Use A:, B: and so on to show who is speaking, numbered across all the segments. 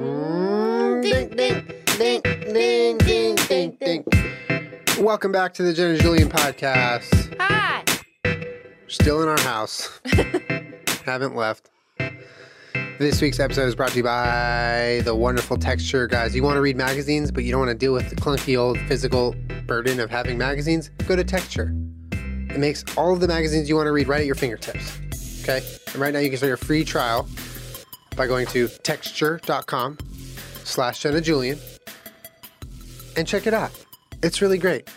A: Ding, ding, ding, ding, ding, ding, ding. Welcome back to the Jen and Julian podcast.
B: Hi.
A: Still in our house. Haven't left. This week's episode is brought to you by the wonderful texture guys. You want to read magazines, but you don't want to deal with the clunky old physical burden of having magazines? Go to texture. It makes all of the magazines you want to read right at your fingertips. Okay? And right now you can start your free trial by going to texture.com slash Jenna Julian and check it out. It's really great.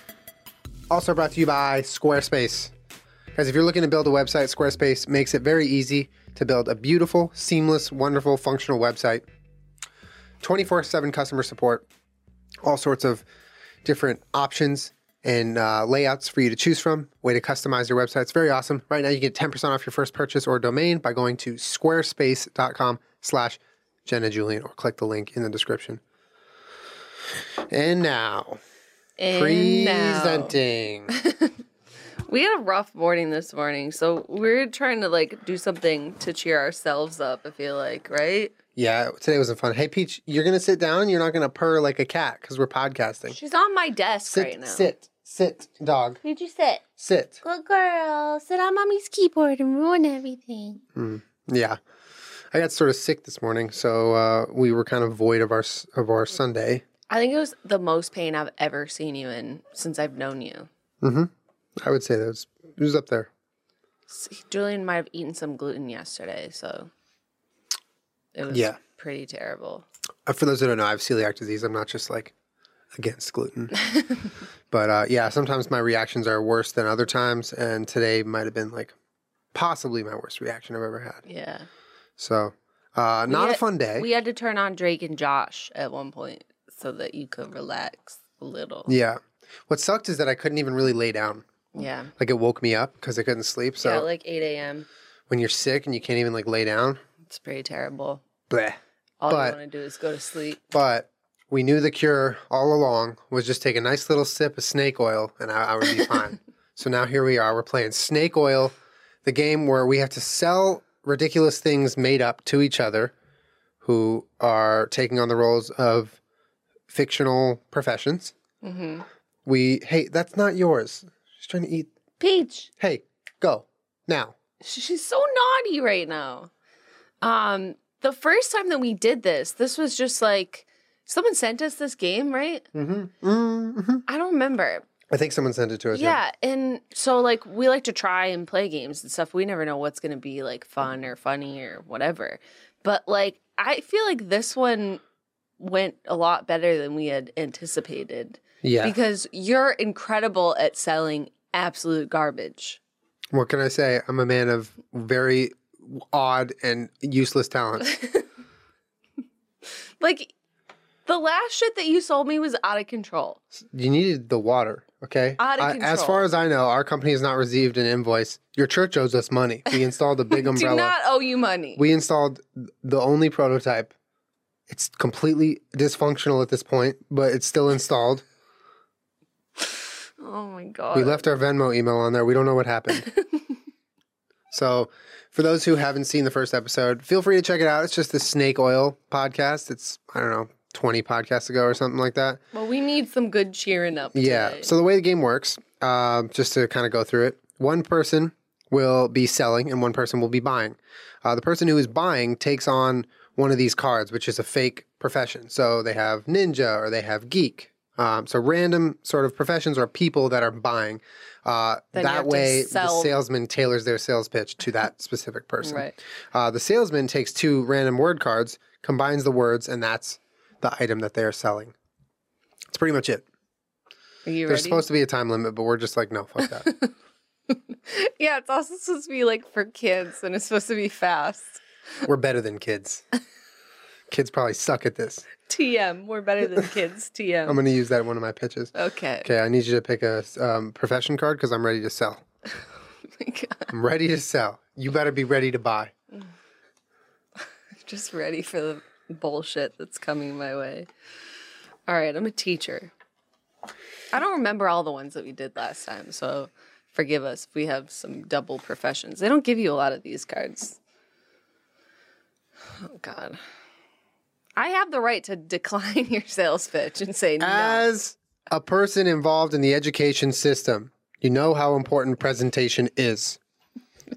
A: Also brought to you by Squarespace. Guys, if you're looking to build a website, Squarespace makes it very easy to build a beautiful, seamless, wonderful, functional website. 24 7 customer support, all sorts of different options and uh, layouts for you to choose from, way to customize your website. It's very awesome. Right now, you get 10% off your first purchase or domain by going to squarespace.com slash Jenna Julian or click the link in the description. And now,
B: And now-
A: presenting.
B: We had a rough morning this morning, so we're trying to like do something to cheer ourselves up. I feel like, right?
A: Yeah, today wasn't fun. Hey, Peach, you're gonna sit down. You're not gonna purr like a cat because we're podcasting.
B: She's on my desk
A: Sit,
B: right now.
A: sit, sit, dog,
C: Who'd you sit?
A: sit.
C: Good girl. Sit on mommy's keyboard and ruin everything.
A: Yeah, I got sort of sick this morning, so uh, we were kind of void of our s- of our Sunday.
B: I think it was the most pain I've ever seen you in since I've known you.
A: Mm-hmm. I would say that was, it was up there.
B: S- Julian might have eaten some gluten yesterday, so it was
A: Yeah.
B: pretty terrible.
A: Uh, For those who don't know, I have celiac disease. I'm not just like against gluten, but uh, yeah, sometimes my reactions are worse than other times, and today might have been like possibly my worst reaction I've ever had.
B: Yeah,
A: So, uh, not a
B: had-
A: fun day.
B: we had to turn on Drake and Josh at one point so that you could relax a little.
A: Yeah. What sucked is that I couldn't even really lay down.
B: yeah,
A: Like it woke me up because I couldn't sleep. So
B: yeah like eight a.m.
A: when you're sick and you can't even like lay down,
B: It's pretty terrible.
A: bleh.
B: All
A: But-
B: you want to do is go to sleep.
A: But we knew the cure all along was just take a nice little sip of snake oil and I, I would be fine. so now here we are. We're playing snake oil, the game where we have to sell ridiculous things made up to each other who are taking on the roles of fictional professions.
B: Mm-hmm.
A: We, hey, that's not yours. She's trying to eat.
B: Peach,
A: Hey, go now.
B: she's so naughty right now. Um, the first time that we did this, this was just like someone sent us this game, right?
A: Mm-hmm. Mm-hmm.
B: I don't remember.
A: I think someone sent it to us.
B: Yeah, and so like we like to try and play games and stuff. We never know what's going to be like fun or funny or whatever. But like I feel like this one went a lot better than we had anticipated
A: Yeah.
B: because you're incredible at selling absolute garbage.
A: what can I say? I'm a man of very odd and useless talents.
B: Like the last shit that you sold me was out of control.
A: you needed the water, okay?
B: Out of
A: I- as
B: control.
A: far as I know, our company has not received an invoice. Your church owes us money. We installed a big umbrella.
B: Do not owe you money.
A: we installed the only prototype. It's completely dysfunctional at this point, but it's still installed.
B: oh my god.
A: We left our Venmo email on there. We don't know what happened. so, for those who haven't seen the first episode, feel free to check it out. It's just the Snake Oil podcast. It's, I don't know, 20 podcasts ago or something like that.
B: Well, we need some good cheering up.
A: Yeah.
B: today.
A: So, the way the game works, uh, just to kind of go through it, one person will be selling and one person will be buying. Uh, the person who is buying takes on one of these cards, which is a fake profession. So, they have ninja or they have geek. Um, so, random sort of professions or people that are buying. Uh,
B: Then you have
A: that
B: to
A: way, the
B: sell-
A: salesman tailors their sales pitch to that specific person.
B: right.
A: Uh, the salesman takes two random word cards, combines the words, and that's the item that they are selling. That's pretty much it.
B: Are you
A: There's
B: ready?
A: supposed to be a time limit, but we're just like, no, fuck that.
B: yeah, it's also supposed to be like for kids and it's supposed to be fast.
A: we're better than kids. Kids probably suck at this.
B: TM, we're better than kids. TM.
A: I'm going to use that in one of my pitches.
B: okay.
A: Um, Okay, I need you to pick a um, profession card because I'm ready to sell.
B: Oh
A: I'm ready to sell. You better be ready to buy.
B: Just ready for the bullshit that's coming my way. All right, I'm a teacher. I don't remember all the ones that we did last time, so forgive us if we have some double professions. They don't give you a lot of these cards. Oh, God. I have the right to decline your sales pitch and say no.
A: As a person involved in the education system, you know how important presentation is.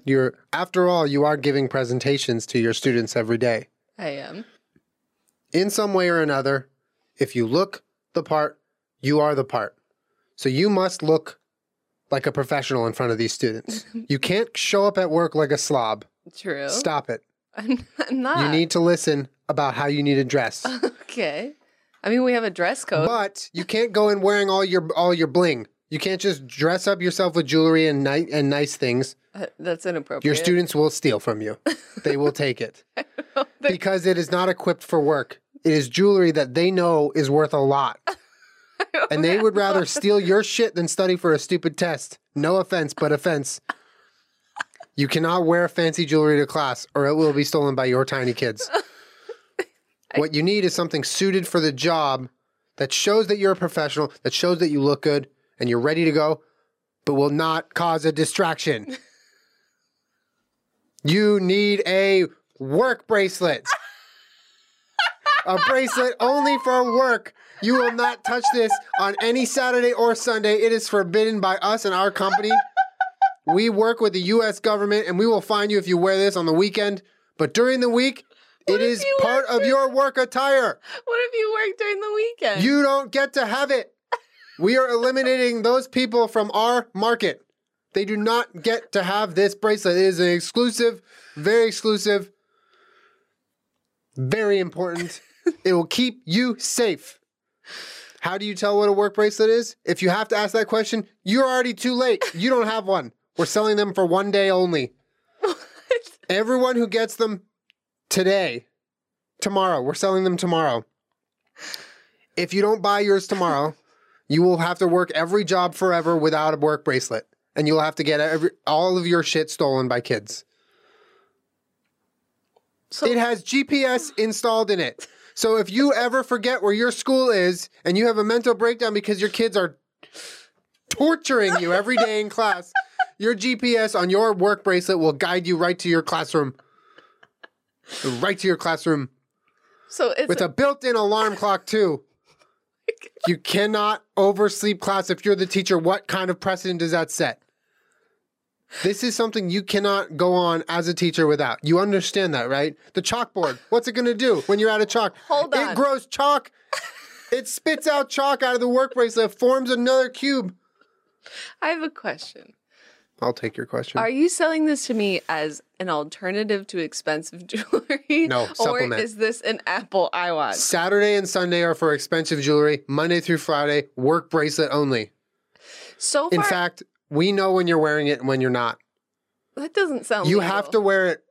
A: You're, after all, you are giving presentations to your students every day.
B: I am.
A: In some way or another, if you look the part, you are the part. So you must look like a professional in front of these students. you can't show up at work like a slob.
B: True.
A: Stop it.
B: I'm, I'm not.
A: You need to listen about how you need to dress.
B: Okay. I mean, we have a dress code.
A: But you can't go in wearing all your all your bling. You can't just dress up yourself with jewelry and ni- and nice things.
B: Uh, That's inappropriate.
A: Your students will steal from you. They will take it because it is not equipped for work. It is jewelry that they know is worth a lot. And they would rather steal your shit than study for a stupid test. No offense, but offense. You cannot wear fancy jewelry to class or it will be stolen by your tiny kids. What you need is something suited for the job that shows that you're a professional, that shows that you look good and you're ready to go, but will not cause a distraction. You need a work bracelet. a bracelet only for work. You will not touch this on any Saturday or Sunday. It is forbidden by us and our company. We work with the US government and we will fine you if you wear this on the weekend. But during the week, it
B: if
A: is
B: you
A: part
B: work
A: of your work attire.
B: What if you work during the weekend?
A: You don't get to have it. We are eliminating those people from our market. They do not get to have this bracelet. It is an exclusive, very exclusive, very important. it will keep you safe. How do you tell what a work bracelet is? If you have to ask that question, you're already too late. You don't have one. We're selling them for one day only. Everyone who gets them today, tomorrow, we're selling them tomorrow if you don't buy yours tomorrow, you will have to work every job forever without a work bracelet, and you'll have to get every, all of your shit stolen by kids.
B: So-
A: it has GPS installed in it. So if you ever forget where your school is and you have a mental breakdown because your kids are torturing you every day in class, your GPS on your work bracelet will guide you right to your classroom. Right to your classroom
B: so it's
A: with a built-in alarm clock too. You cannot oversleep class if you're the teacher. What kind of precedent does that set? This is something you cannot go on as a teacher without. You understand that, right? The chalkboard. What's it going to do when you're out of chalk?
B: Hold on.
A: It grows chalk. It spits out chalk out of the work bracelet, forms another cube.
B: I have a question.
A: I'll take your question.
B: Are you selling this to me as an alternative to expensive jewelry?
A: No,
B: Or
A: supplement.
B: is this an Apple iWatch?
A: Saturday and Sunday are for expensive jewelry. Monday through Friday, work bracelet only.
B: So
A: In
B: far,
A: fact, we know when you're wearing it and when you're not.
B: that doesn't sound.
A: You
B: legal.
A: have to wear it.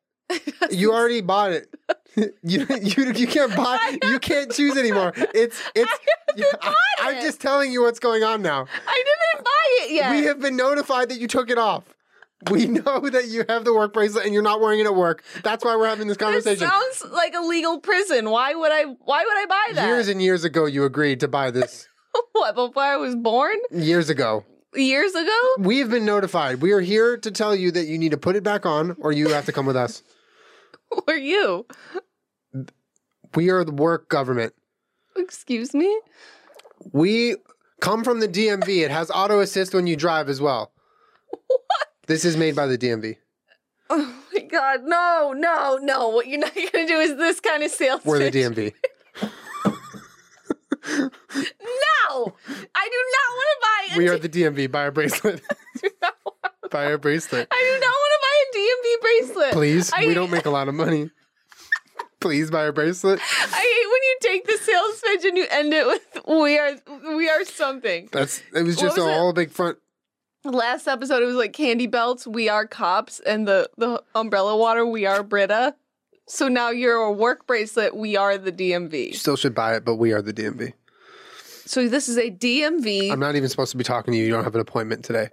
A: You already bought it. you, you you can't buy. You can't choose anymore. It's it's. I, am
B: it.
A: just telling you what's going on now.
B: I didn't buy it yet.
A: We have been notified that you took it off. We know that you have the work bracelet and you're not wearing it at work. That's why we're having this
B: this
A: conversation.
B: sounds like a legal prison. Why would I? Why would I buy that?
A: Years and years ago, you agreed to buy this.
B: what before I was born?
A: Years ago,
B: Years ago?
A: we have been notified. We are here to tell you that you need to put it back on, or you have to come with us.
B: Were you?
A: We are the work government.
B: Excuse me?
A: We come from the DMV. It has auto assist when you drive as well. This is made by the DMV.
B: Oh my god, no, no, no. What you're not gonna do is this kind of sales.
A: We're the
B: pitch.
A: DMV.
B: No! I do not wanna buy a
A: We are
B: D-
A: the DMV. Buy a bracelet. Buy a bracelet.
B: I do not wanna buy a DMV bracelet.
A: Please.
B: I,
A: We don't make a lot of money. Please buy a bracelet.
B: I hate when you take the sales pitch and you end it with we are we are something.
A: That's it was
B: What
A: just
B: was
A: a
B: it?
A: whole big front.
B: Last episode it was like candy belts, we are cops, and the, the umbrella water, we are Brita. So now you're a work bracelet, we are the
A: You
B: DMV.
A: still should buy it, but we are the DMV.
B: So this is a DMV
A: I'm not even supposed to be talking to you. You don't have an appointment today.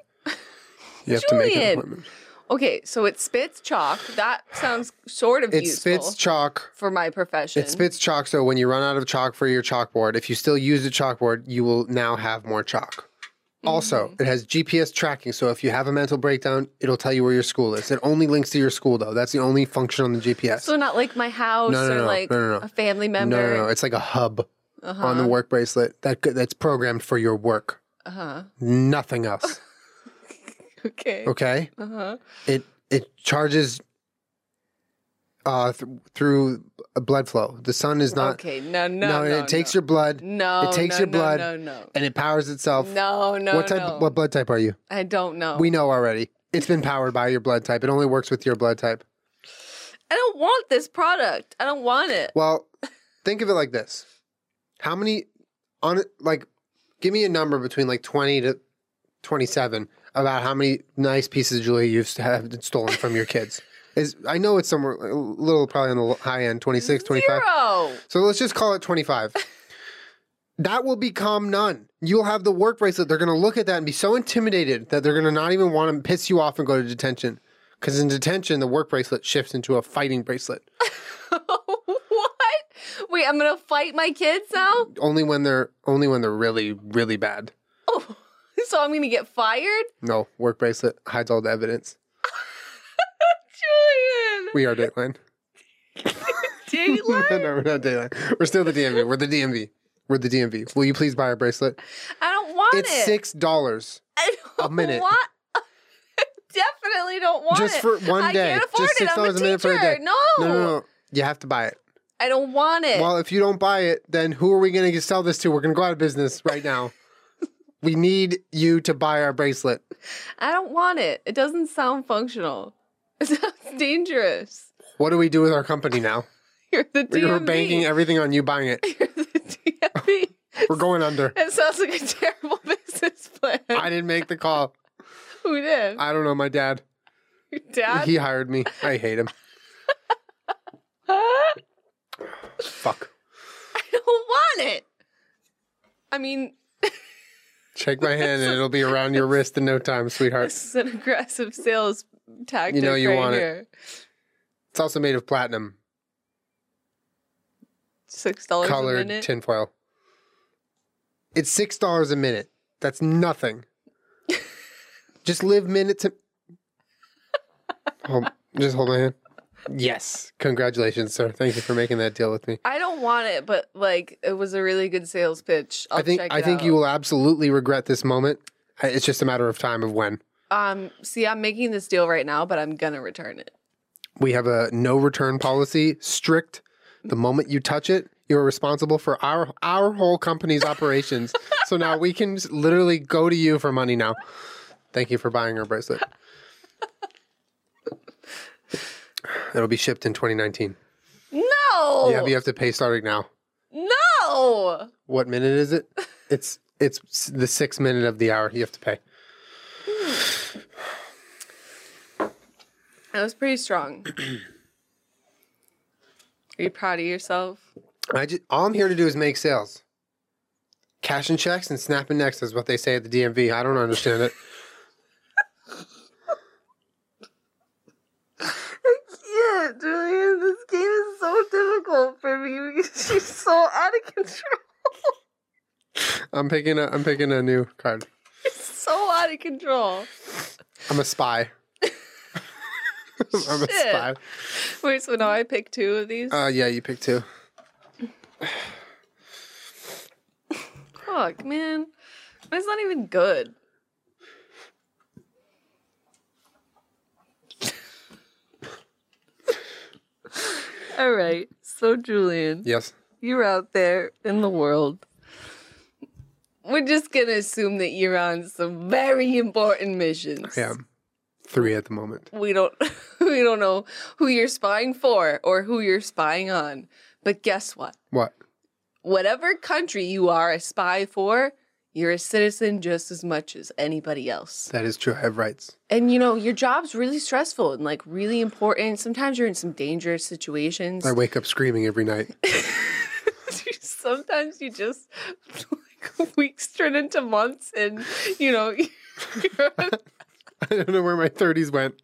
A: You have to make
B: Julian.
A: an appointment.
B: Okay, so it spits chalk. That sounds sort of
A: It
B: useful
A: spits chalk.
B: for my profession.
A: It spits chalk, so when you run out of chalk for your chalkboard, if you still use the chalkboard, you will now have more chalk.
B: Mm-hmm.
A: Also, it has GPS tracking, so if you have a mental breakdown, it'll tell you where your school is. It only links to your school, though. That's the only function on the GPS.
B: So not like my house
A: No, no,
B: or
A: no,
B: like
A: no, no, no.
B: a family
A: no,
B: member.
A: no, no. It's like a hub
B: Uh-huh.
A: on the work bracelet that that's programmed for your work.
B: Uh-huh.
A: Nothing else.
B: Okay.
A: Okay.
B: Uh-huh.
A: It it charges uh th- through blood flow. The sun is not.
B: okay. No, no,
A: No,
B: no.
A: it takes
B: no.
A: your blood
B: No.
A: it takes
B: no,
A: your
B: no,
A: blood
B: No, no.
A: and it powers itself.
B: No, no.
A: what type?
B: no. Oh.
A: What blood type are you?
B: I don't know.
A: We know already. It's been powered by your blood type. It only works with your blood type.
B: I don't want this product. I don't want it.
A: Well, think of it like this: How many on it? Like, give me a number between like twenty to twenty-seven about how many nice pieces of jewelry you've had stolen from your kids. Is I know it's somewhere a little probably on the high end, 26, 25.
B: Zero.
A: So let's just call it 25. that will become none. You'll have the work bracelet. They're going to look at that and be so intimidated that they're going to not even want to piss you off and go to detention. Because in detention, the work bracelet shifts into a fighting bracelet
B: what? Wait, I'm gonna fight my kids now?
A: only when they're only when they're really really bad.
B: Oh, so I'm gonna get fired,
A: No, work bracelet hides all the evidence.
B: Julian?
A: We are Dateline. no,
B: Dateline?
A: we're not Dateline. We're still the DMV. We're the DMV. We're the DMV. Will you please buy a bracelet?
B: I don't want
A: It's
B: it.
A: six dollars.
B: I don't
A: a minute.
B: Want- Definitely don't want
A: Just
B: it.
A: for one
B: I
A: day.
B: can't afford
A: Just
B: it. I'm
A: $6
B: a
A: a minute for a
B: teacher.
A: day.
B: No.
A: No, no, no. You have to buy it.
B: I don't want it.
A: Well, if you don't buy it, then who are we going to sell this to? We're going to go out of business right now. we need you to buy our bracelet.
B: I don't want it. It doesn't sound functional. It sounds dangerous.
A: What do we do with our company now?
B: You're the DMV.
A: We were banking everything on you buying it.
B: You're the DMV.
A: We're going under.
B: It sounds like a terrible business plan.
A: I didn't make the call.
B: Who did?
A: I don't know my dad.
B: Your dad?
A: He hired me. I hate him. Fuck.
B: I don't want it. I mean,
A: Shake my hand and it'll be around your wrist in no time, sweetheart.
B: this is an aggressive sales tactic.
A: you
B: right
A: want it.
B: here.
A: It's also made of platinum,
B: Six dollars a
A: colored
B: minute.
A: tinfoil. It's six dollars a minute. That's nothing. just live minute to. Hold, just hold my hand. Yes, congratulations, sir. Thank you for making that deal with me.
B: I don't want it, but like it was a really good sales pitch. I'll
A: I think
B: check
A: I
B: it
A: think
B: out.
A: you will absolutely regret this moment. I- It's just a matter of time of when.
B: Um, see, I'm making this deal right now, but I'm gonna return it.
A: We have a no return policy, strict. The moment you touch it, you are responsible for our our whole company's operations. so now we can s- literally go to you for money now. Thank you for buying our bracelet. It'll be shipped in 2019.
B: No.
A: Yeah, but you have to pay starting now.
B: No.
A: What minute is it? It's it's s- the sixth minute of the hour. You have to pay.
B: That was pretty strong. Are you proud of yourself?
A: I just all I'm here to do is make sales. Cash and checks and snapping necks is what they say at the DMV. I don't understand it.
B: Yeah, Julian, this game is so difficult for me because she's so out of control.
A: I'm picking a I'm picking a new card.
B: So out of control.
A: I'm a spy. I'm a
B: Shit.
A: spy.
B: Wait, so now I pick two of these?
A: Uh yeah, you pick two.
B: Fuck, man. Mine's not even good. All right. So, Julian,
A: Yes.
B: you're out there in the world. We're just going to assume that you're on some very important missions.
A: I am. Three at the moment.
B: We don't we don't know who you're spying for or who you're spying on. But guess what?
A: What?
B: whatever country you are a spy for, you're a citizen just as much as anybody else.
A: That is true. I have rights.
B: And you know, your job's really stressful and like really important. Sometimes you're in some dangerous situations.
A: I wake up screaming every night.
B: Sometimes you just like weeks turn into months and you know you're
A: I don't know where my thirties went.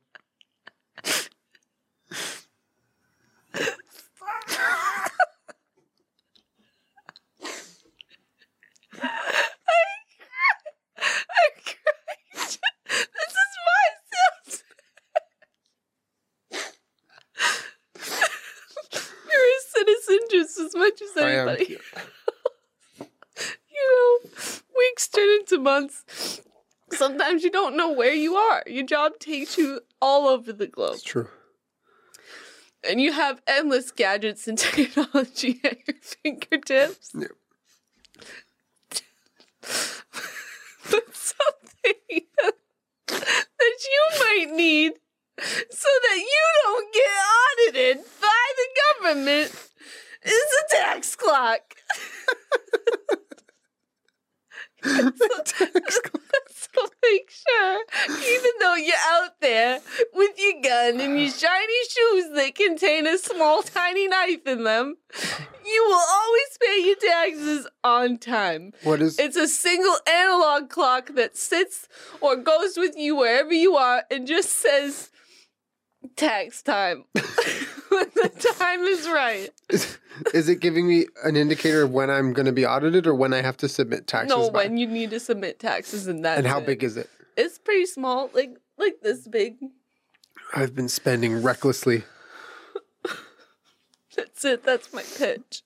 B: I as much as
A: I am
B: anybody. you know, weeks turn into months. Sometimes you don't know where you are. Your job takes you all over the globe,
A: It's true.
B: and you have endless gadgets and technology at your fingertips.
A: Yep.
B: but something that you might need so that you don't get audited by the government is a tax clock. So make sure, even though you're out there with your gun and your shiny shoes that contain a small, tiny knife in them, you will always pay your taxes on time.
A: What is
B: It's a single analog clock that sits or goes with you wherever you are and just says tax time when the time is right.
A: is it giving me an indicator of when I'm going to be audited or when I have to submit taxes?
B: no,
A: by?
B: when you need to submit taxes and that.
A: And how big is it?
B: It's pretty small, like like this big.
A: I've been spending recklessly.
B: That's it. That's my pitch.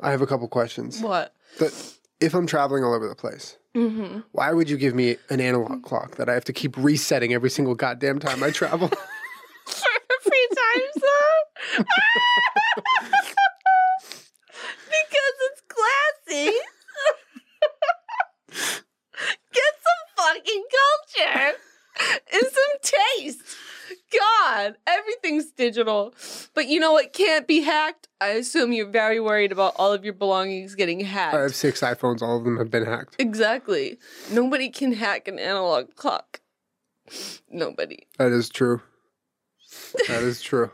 A: I have a couple questions.
B: What?
A: That if I'm traveling all over the place,
B: Mm-hmm.
A: why would you give me an analog clock that I have to keep resetting every single goddamn time I travel?
B: Free time zone. because it's classy. Get some fucking culture and some taste. God, everything's digital. But you know what can't be hacked? I assume you're very worried about all of your belongings getting hacked.
A: I have six iPhones, all of them have been hacked.
B: Exactly. Nobody can hack an analog clock. Nobody.
A: That is true. That is true.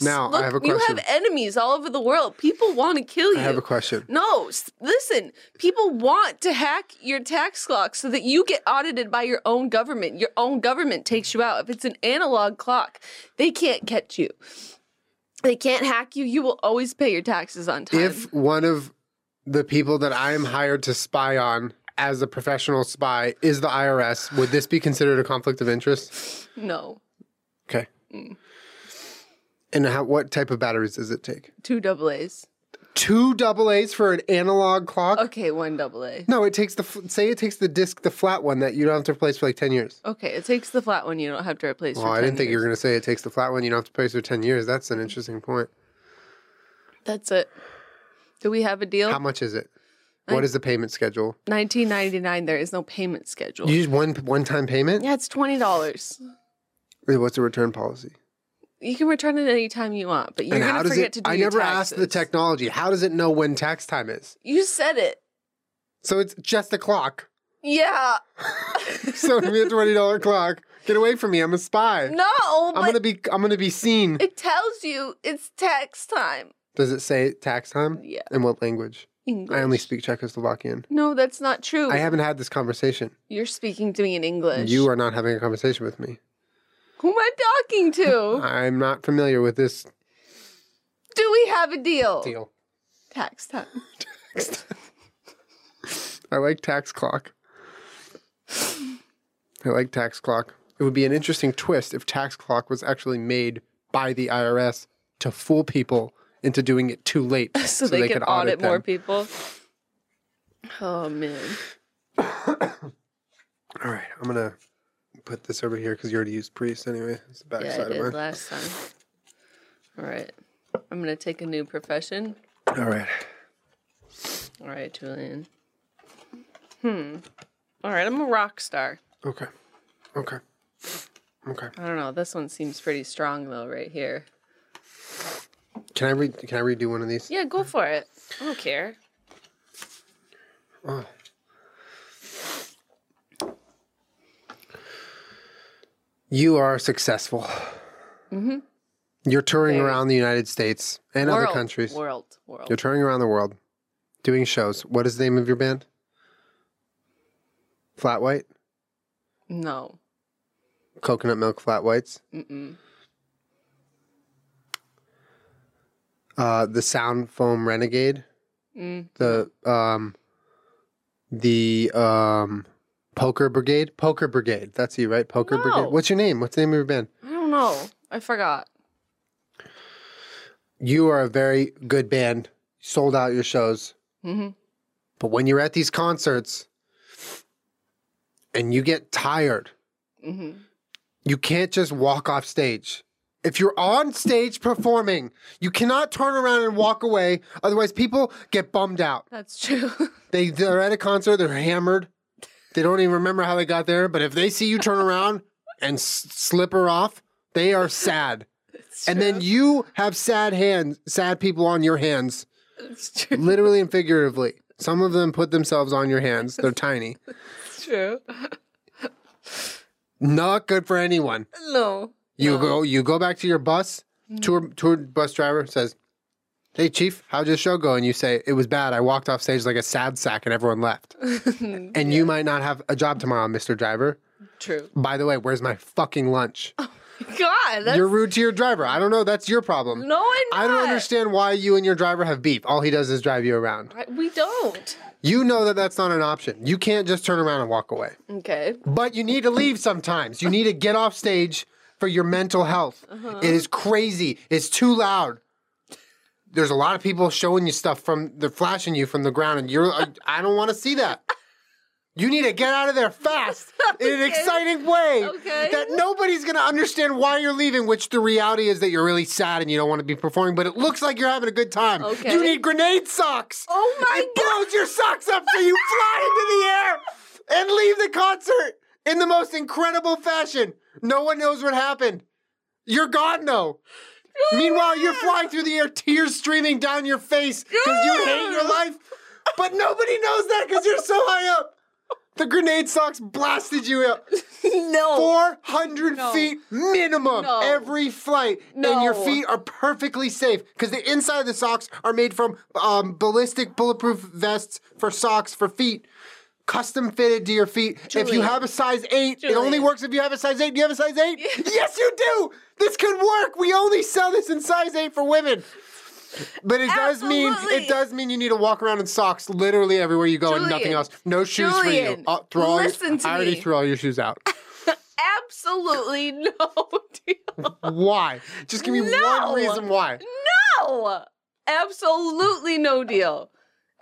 A: Now, I have a
B: You
A: question.
B: have enemies all over the world. People want to kill you.
A: I have a question.
B: no, s- listen. People want to hack your tax clock so that you get audited by your own government. Your own government takes you out. If it's an analog clock, they can't catch you. They can't hack you. You will always pay your taxes on time.
A: If one of the people that I am hired to spy on as a professional spy is the IRS, would this be considered a conflict of interest?
B: no,
A: Okay. And how, what type of batteries does it take?
B: two double A's.
A: Two double A's for an analog clock?
B: Okay, one double A.
A: No, it takes the f- say it takes the disc, the flat one that you don't have to replace for like ten years.
B: Okay, it takes the flat one. You don't have to replace.
A: Well,
B: for
A: I
B: 10
A: didn't think you
B: years.
A: were gonna say it takes the flat one you don't have to replace for ten years. That's an interesting point.
B: That's it. Do we have a deal?
A: How much is it? What is the payment schedule?
B: 1999 there is no payment schedule.
A: You use one one time payment.
B: yeah, it's $20.
A: Wait, What's the return policy?
B: You can return it anytime you want, but you're
A: and
B: going
A: how
B: to
A: does
B: forget
A: it?
B: to do
A: I
B: your
A: never asked the
B: taxes.
A: technology. How does it know when tax time is?
B: You said it.
A: So it's just a clock.
B: Yeah.
A: So it'd be a twenty dollar clock. Get away from me! I'm a spy.
B: No,
A: I'm
B: but
A: gonna be. I'm gonna be seen.
B: it tells you it's tax time.
A: Does it say tax time?
B: Yeah.
A: In what language?
B: English.
A: I only speak Czechoslovakian.
B: No, that's not true.
A: I haven't had this conversation.
B: You're speaking to me in English.
A: You are not having a conversation with me.
B: Who am I talking to?
A: I'm not familiar with this
B: do we have a deal?
A: deal.
B: Tax time.
A: I like tax clock. I like tax clock. It would be an interesting twist if tax clock was actually made by the IRS to fool people into doing it too late
B: So, they, can
A: could
B: audit, more
A: them.
B: people. Oh man.
A: All right, I'm going to put this over here because you already used priest anyway. It's the back
B: Yeah, I
A: side
B: did
A: of mine.
B: last time. All right. I'm going to take a new profession.
A: All right.
B: All right, Julian. Hmm. All right, I'm a rock star.
A: Okay. Okay. Okay.
B: I don't know. This one seems pretty strong, though, right here.
A: Can I read can I redo one of these?
B: Yeah, go for it. I don't care.
A: Oh. You are successful. You're touring
B: Mm-hmm. Very.
A: around the United States and other
B: world,
A: countries.
B: World. World.
A: You're touring around the world, doing shows. What is the name of your band? Flat White?
B: No.
A: Coconut Milk Flat Whites?
B: Mm-mm.
A: Uh, the Sound Foam Renegade?
B: Mm.
A: The, um, the, um, Poker Brigade? Poker Brigade. That's you, right? Poker Brigade.
B: No.
A: What's your name? What's the name of your band?
B: I don't know. I forgot.
A: you are a very good band. Sold out your shows.
B: Mhm.
A: But when you're at these concerts and you get tired,
B: Mhm.
A: you can't just walk off stage. If you're on stage performing, you cannot turn around and walk away. Otherwise, people get bummed out.
B: That's true.
A: They, they're at a concert, they're hammered. They don't even remember how they got there. But if they see you turn around and s- slip her off, they are sad.
B: It's
A: And then
B: true.
A: you have sad hands, sad people on your hands
B: It's true.
A: literally and figuratively. Some of them put themselves on your hands. They're tiny.
B: It's true.
A: Not good for anyone.
B: No.
A: You
B: No. Mm.
A: go you go back to your bus, tour tour bus driver says, Hey chief, how'd your show go? And you say, It was bad. I walked off stage like a sad sack and everyone left. And you might not have a job tomorrow, Mr. Driver.
B: True.
A: By the way, where's my fucking lunch?
B: God, that's
A: You're rude to your driver. I don't know, that's your problem.
B: no. i
A: I don't understand why you and your driver have beef. All he does is drive you around.
B: we don't.
A: You know that that's not an option. You can't just turn around and walk away.
B: Okay.
A: But you need to leave sometimes. You need to get off stage for your mental health.
B: Uh-huh.
A: It is crazy. It's too loud. There's a lot of people showing you stuff from they're flashing you from the ground, and you're like, I don't want to see that. You need to get out of there fast in an exciting way
B: Okay.
A: that nobody's gonna understand why you're leaving. Which the reality is that you're really sad and you don't want to be performing, but it looks like you're having a good time.
B: Okay.
A: You need grenade socks.
B: Oh my
A: It blows your socks up so you fly into the air and leave the concert in the most incredible fashion. No one knows what happened. You're gone though. Meanwhile, you're flying through the air, tears streaming down your face because you hate your life. But nobody knows that because you're so high up. The grenade socks blasted you up
B: no.
A: 400
B: No.
A: feet minimum
B: No.
A: every flight. And your
B: No.
A: feet are perfectly safe because the inside of the socks are made from um, ballistic bulletproof vests for socks for feet. Custom fitted to your feet. If you
B: Julian.
A: have a size eight, it only
B: Julian.
A: works if you have a size eight. Do you have a size eight? yes, you do. This could work. We only sell this in size eight for women. But it does mean
B: Absolutely.
A: it does mean you need to walk around in socks literally everywhere you go and nothing
B: Julian.
A: else. No shoes for you.
B: Julian,
A: Uh, throw all your-
B: listen to
A: I already
B: me.
A: threw all your shoes out.
B: Absolutely no deal.
A: Why? Just give me
B: No!
A: one reason why.
B: No. Absolutely no deal.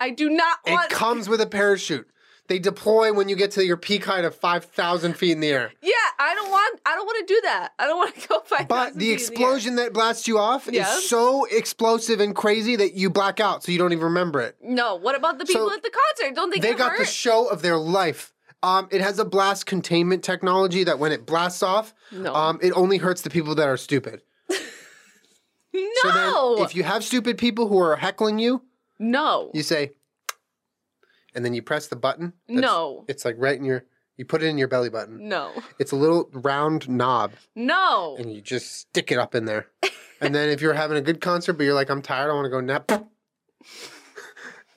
B: I do not
A: It
B: want.
A: comes with a parachute. They deploy when you get to your peak height of 5,000 feet in the air.
B: yeah, I don't want. I don't want to do that. I don't want to go five.
A: But the explosion that blasts you off
B: Yeah.
A: is so explosive and crazy that you black out, so you don't even remember it.
B: No. What about the
A: So,
B: people at the concert? Don't they
A: They
B: get
A: got
B: hurt?
A: the show of their life. Um, it has a blast containment technology that when it blasts off,
B: No.
A: um, it only hurts the people that are stupid.
B: no.
A: So then, if you have stupid people who are heckling you,
B: no.
A: you say, and then you press the button. that's-
B: No.
A: It's like right in your, you put it in your belly button.
B: No.
A: It's a little round knob,
B: No.
A: and you just stick it up in there. and then if you're having a good concert, but you're like, I'm tired, I want to go nap,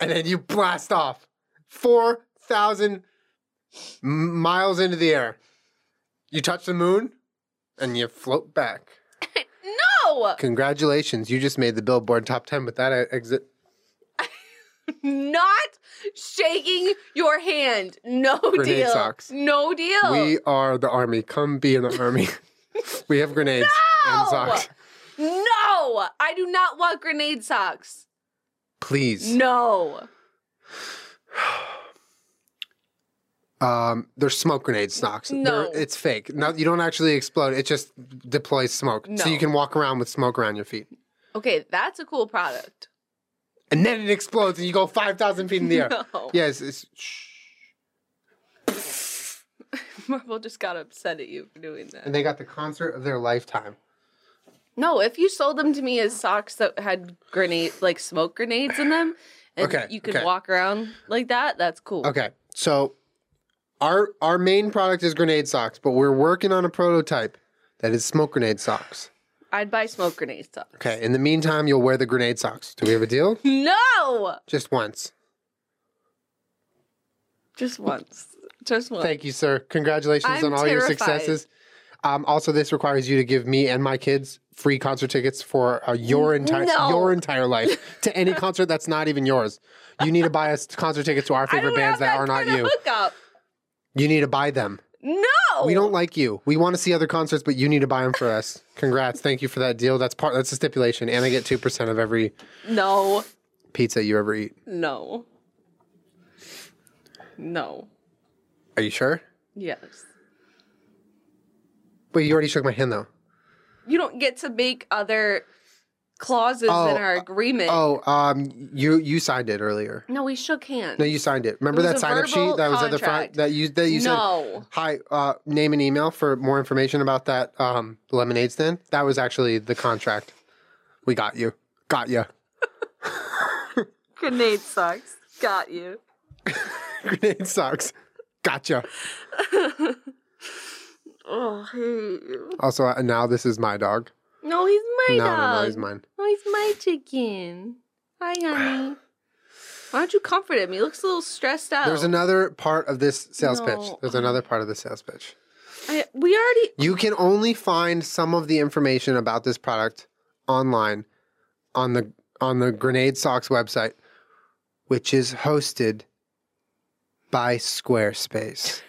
A: and then you blast off four thousand miles into the air. You touch the moon, and you float back.
B: No.
A: Congratulations, you just made the Billboard Top Ten with that e- exit.
B: Not shaking your hand. No
A: Grenade
B: deal.
A: socks.
B: No deal.
A: We are the army. Come be in the army. we have grenades and
B: No!
A: socks.
B: No. I do not want grenade socks.
A: Please.
B: No.
A: Um, they're smoke grenade socks.
B: No.
A: They're, it's fake. No, you don't actually explode. It just deploys smoke, so
B: No.
A: you can walk around with smoke around your feet,
B: Okay, that's a cool product.
A: and then it explodes, and you go five thousand feet in the air.
B: No.
A: Yes, it's, shh.
B: Marvel just got upset at you for doing that.
A: and they got the concert of their lifetime.
B: No, if you sold them to me as socks that had grenade like smoke grenades in them and
A: Okay,
B: you could
A: okay.
B: walk around like that, that's cool.
A: Okay, so our our main product is grenade socks, but we're working on a prototype that is smoke grenade socks.
B: I'd buy smoke grenade socks.
A: Okay, in the meantime, you'll wear the grenade socks. Do we have a deal?
B: No!
A: just once.
B: Just once. Just once.
A: Thank you, sir. Congratulations
B: I'm
A: on all your
B: terrified.
A: successes. Um, also, this requires you to give me and my kids free concert tickets for uh, your entire
B: No.
A: your entire life to any concert that's not even yours. You need to buy us concert tickets to our
B: I
A: favorite
B: don't
A: bands
B: have
A: that are not
B: kind of
A: you.
B: Hookup.
A: You need to buy them.
B: No! No.
A: We don't like you. We want to see other concerts, but you need to buy them for us. Congrats. Thank you for that deal. That's part that's a stipulation. And I get 2% of every
B: No.
A: pizza you ever eat.
B: No. No.
A: Are you sure?
B: Yes.
A: Wait, you already shook my hand though.
B: You don't get to make other clauses
A: Oh,
B: in our agreement.
A: Oh, um you you signed it earlier.
B: No, we shook hands.
A: No, you signed it. Remember
B: It was
A: that
B: a
A: sign up
B: verbal
A: sheet that was at the front
B: contract.
A: that you that you
B: No.
A: said hi, uh, name and email for more information about that um, lemonade stand. That was actually the contract. We got you. Got you.
B: Grenade sucks. Got you.
A: Grenade sucks. Gotcha.
B: Oh, I hate you.
A: Also, uh, now this is my dog.
B: No, he's my
A: no,
B: dog.
A: no, no, he's mine.
B: Oh, he's my chicken. Hi, honey. Why don't you comfort him? He looks a little stressed out.
A: There's another part of this sales pitch.
B: No.
A: There's another part of the sales pitch.
B: I, we already.
A: You can only find some of the information about this product online on the on the Grenade Socks website, which is hosted by Squarespace.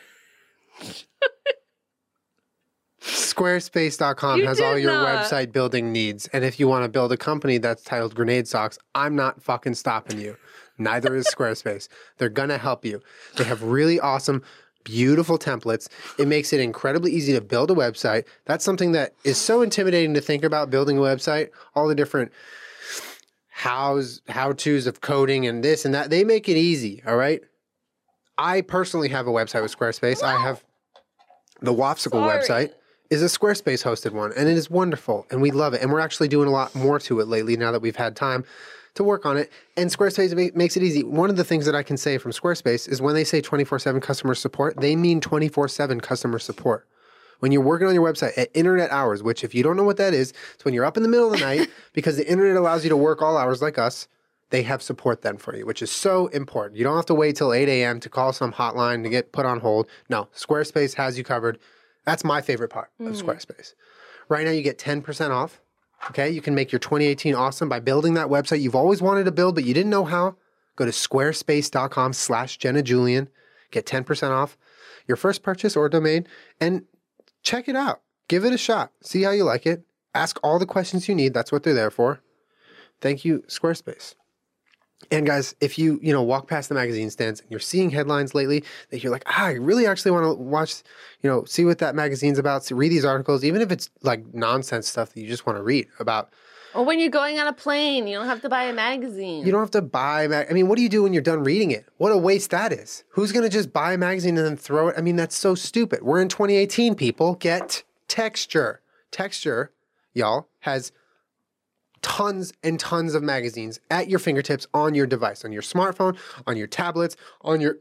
A: Squarespace.com
B: You
A: has all
B: did
A: your
B: not.
A: website building needs. And if you want to build a company that's titled Grenade Socks, I'm not fucking stopping you. Neither is Squarespace. They're going to help you. They have really awesome, beautiful templates. It makes it incredibly easy to build a website. That's something that is so intimidating to think about building a website, all the different hows, how to's of coding and this and that. They make it easy, all right? I personally have a website with Squarespace. I have the Wafsicle
B: Sorry.
A: website is a Squarespace hosted one, and it is wonderful, and we love it. And we're actually doing a lot more to it lately now that we've had time to work on it. And Squarespace ma- makes it easy. One of the things that I can say from Squarespace is when they say 24 7 customer support, they mean 24 7 customer support. When you're working on your website at internet hours, which, if you don't know what that is, it's when you're up in the middle of the night because the internet allows you to work all hours like us. They have support then for you, which is so important. You don't have to wait till 8 a.m. to call some hotline to get put on hold. No, Squarespace has you covered. That's my favorite part of Squarespace. Right now, you get 10% off. Okay, you can make your 2018 awesome by building that website you've always wanted to build, but you didn't know how. Go to squarespace.com slash Jenna Julian, get 10% off your first purchase or domain, and check it out. Give it a shot. See how you like it. Ask all the questions you need. That's what they're there for. Thank you, Squarespace. And guys, if you you know walk past the magazine stands and you're seeing headlines lately that you're like, ah, I really actually want to watch, you know, see what that magazine's about, see, read these articles, even if it's like nonsense stuff that you just want to read about.
B: Or oh, when you're going on a plane, you don't have to buy a magazine.
A: You don't have to buy. Mag- I mean, what do you do when you're done reading it? What a waste that is. Who's gonna just buy a magazine and then throw it? I mean, that's so stupid. We're in 2018, people. Get texture. Texture, y'all, has tons and tons of magazines at your fingertips on your device, on your smartphone, on your tablets, on your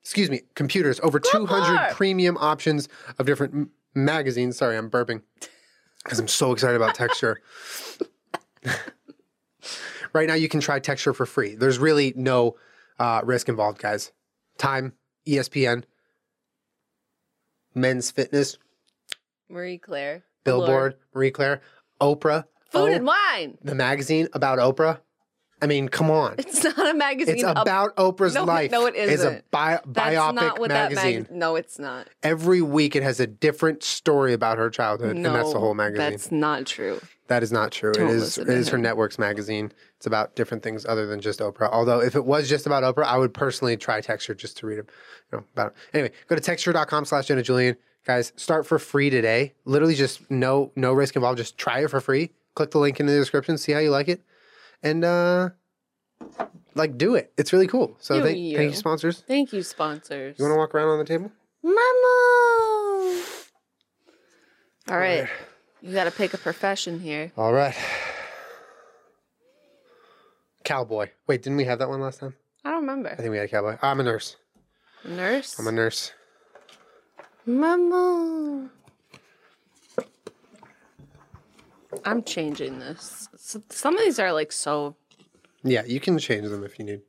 A: excuse me, computers. Over 200
B: Grubhub.
A: premium options of different m- magazines. Sorry, I'm burping because I'm so excited about texture. right now, you can try texture for free. There's really no uh, risk involved, guys. Time, E ESPN, Men's Fitness,
B: Marie Claire.
A: Billboard, Marie Claire, Oprah,
B: Food
A: Oh,
B: and wine.
A: the magazine about Oprah. I mean, come on.
B: It's not a magazine.
A: It's
B: a-
A: about Oprah's
B: No,
A: life.
B: no, it
A: It's a
B: isn't.
A: bi-
B: That's
A: biopic
B: not what
A: magazine.
B: that mag- No, it's not.
A: Every week, it has a different story about her childhood,
B: No,
A: and that's the whole magazine.
B: That's not true.
A: That is not true.
B: Don't
A: it is
B: listen
A: it
B: to
A: is her
B: him.
A: networks magazine. It's about different things other than just Oprah. Although if it was just about Oprah, I would personally try Texture just to read it, you know, about it. Anyway, go to texture.com slash Jenna Julian. Guys, start for free today. Literally just no no risk involved. Just try it for free. Click the link in the description, see how you like it. And uh like do it. It's really cool. So
B: Do
A: thank,
B: you.
A: thank you, sponsors.
B: Thank you, sponsors.
A: You wanna walk around on the table?
C: Mama.
B: All right. You got to pick a profession here.
A: All right. Cowboy. Wait, didn't we have that one last time?
B: I don't
A: I
B: remember.
A: think we had a cowboy. I'm a nurse.
B: Nurse?
A: I'm a nurse.
C: Mama.
B: I'm changing this. S- Some of these are like so.
A: Yeah, you can change them if you need.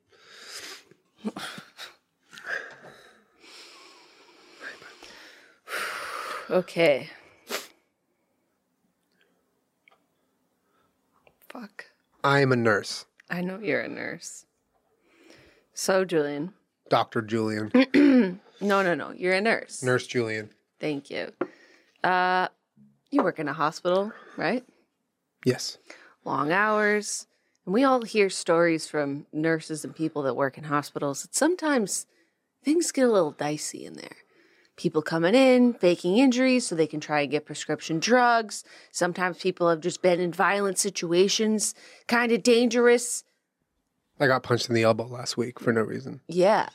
B: Okay. Fuck.
A: I am a nurse,
B: I know you're a nurse. So, Julian.
A: Dr. Julian,
B: Mm. No, no, no. You're a nurse.
A: Nurse Julian.
B: Thank you. Uh, you work in a hospital, right?
A: Yes.
B: Long hours. And we all hear stories from nurses and people that work in hospitals that sometimes things get a little dicey in there. People coming in, faking injuries so they can try and get prescription drugs. Sometimes people have just been in violent situations, kind of dangerous.
A: I got punched in the elbow last week for no reason.
B: Yeah.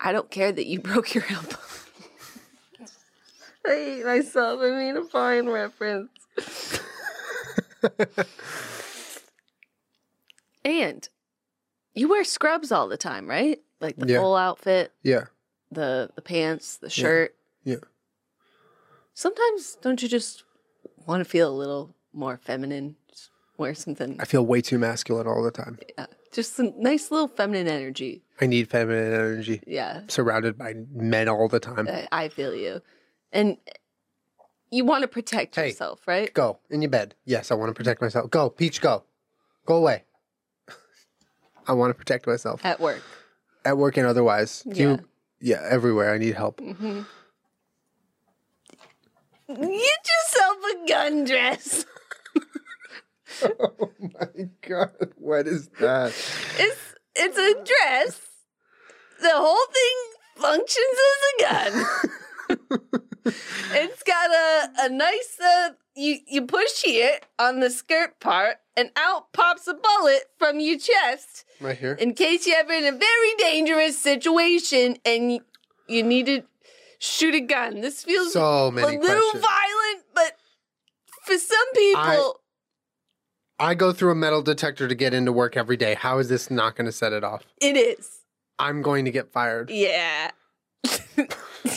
B: I don't care that you broke your elbow. I hate myself. I made a fine reference. and you wear scrubs all the time, right? Like the
A: Yeah.
B: full outfit,
A: Yeah.
B: the the pants, the shirt.
A: Yeah.
B: Sometimes don't you just want to feel a little more feminine? Just wear something.
A: I feel way too masculine all the time.
B: Yeah. Just some nice little feminine energy.
A: I need feminine energy.
B: Yeah.
A: Surrounded by men all the time.
B: I, I feel you. And you want to protect
A: Hey.
B: yourself, right?
A: Go in your bed. Yes, I want to protect myself. Go, Peach, go. Go away. I want to protect myself
B: At work.
A: at work and otherwise. Do
B: Uh, Yeah. Mm.
A: You, yeah, everywhere. I need help.
B: Get yourself a gun dress.
A: Oh my God. What is that?
B: It's it's a dress. The whole thing functions as a gun. it's got a, a nice uh, you you push here on the skirt part and out pops a bullet from your chest
A: Right here?
B: in case you're ever in a very dangerous situation and you, you need to shoot a gun. This feels
A: so
B: a
A: many
B: little
A: questions.
B: violent, but for some people,
A: I go through a metal detector to get into work every day. How is this not going to set it off?
B: it is.
A: I'm going to get fired.
B: Yeah.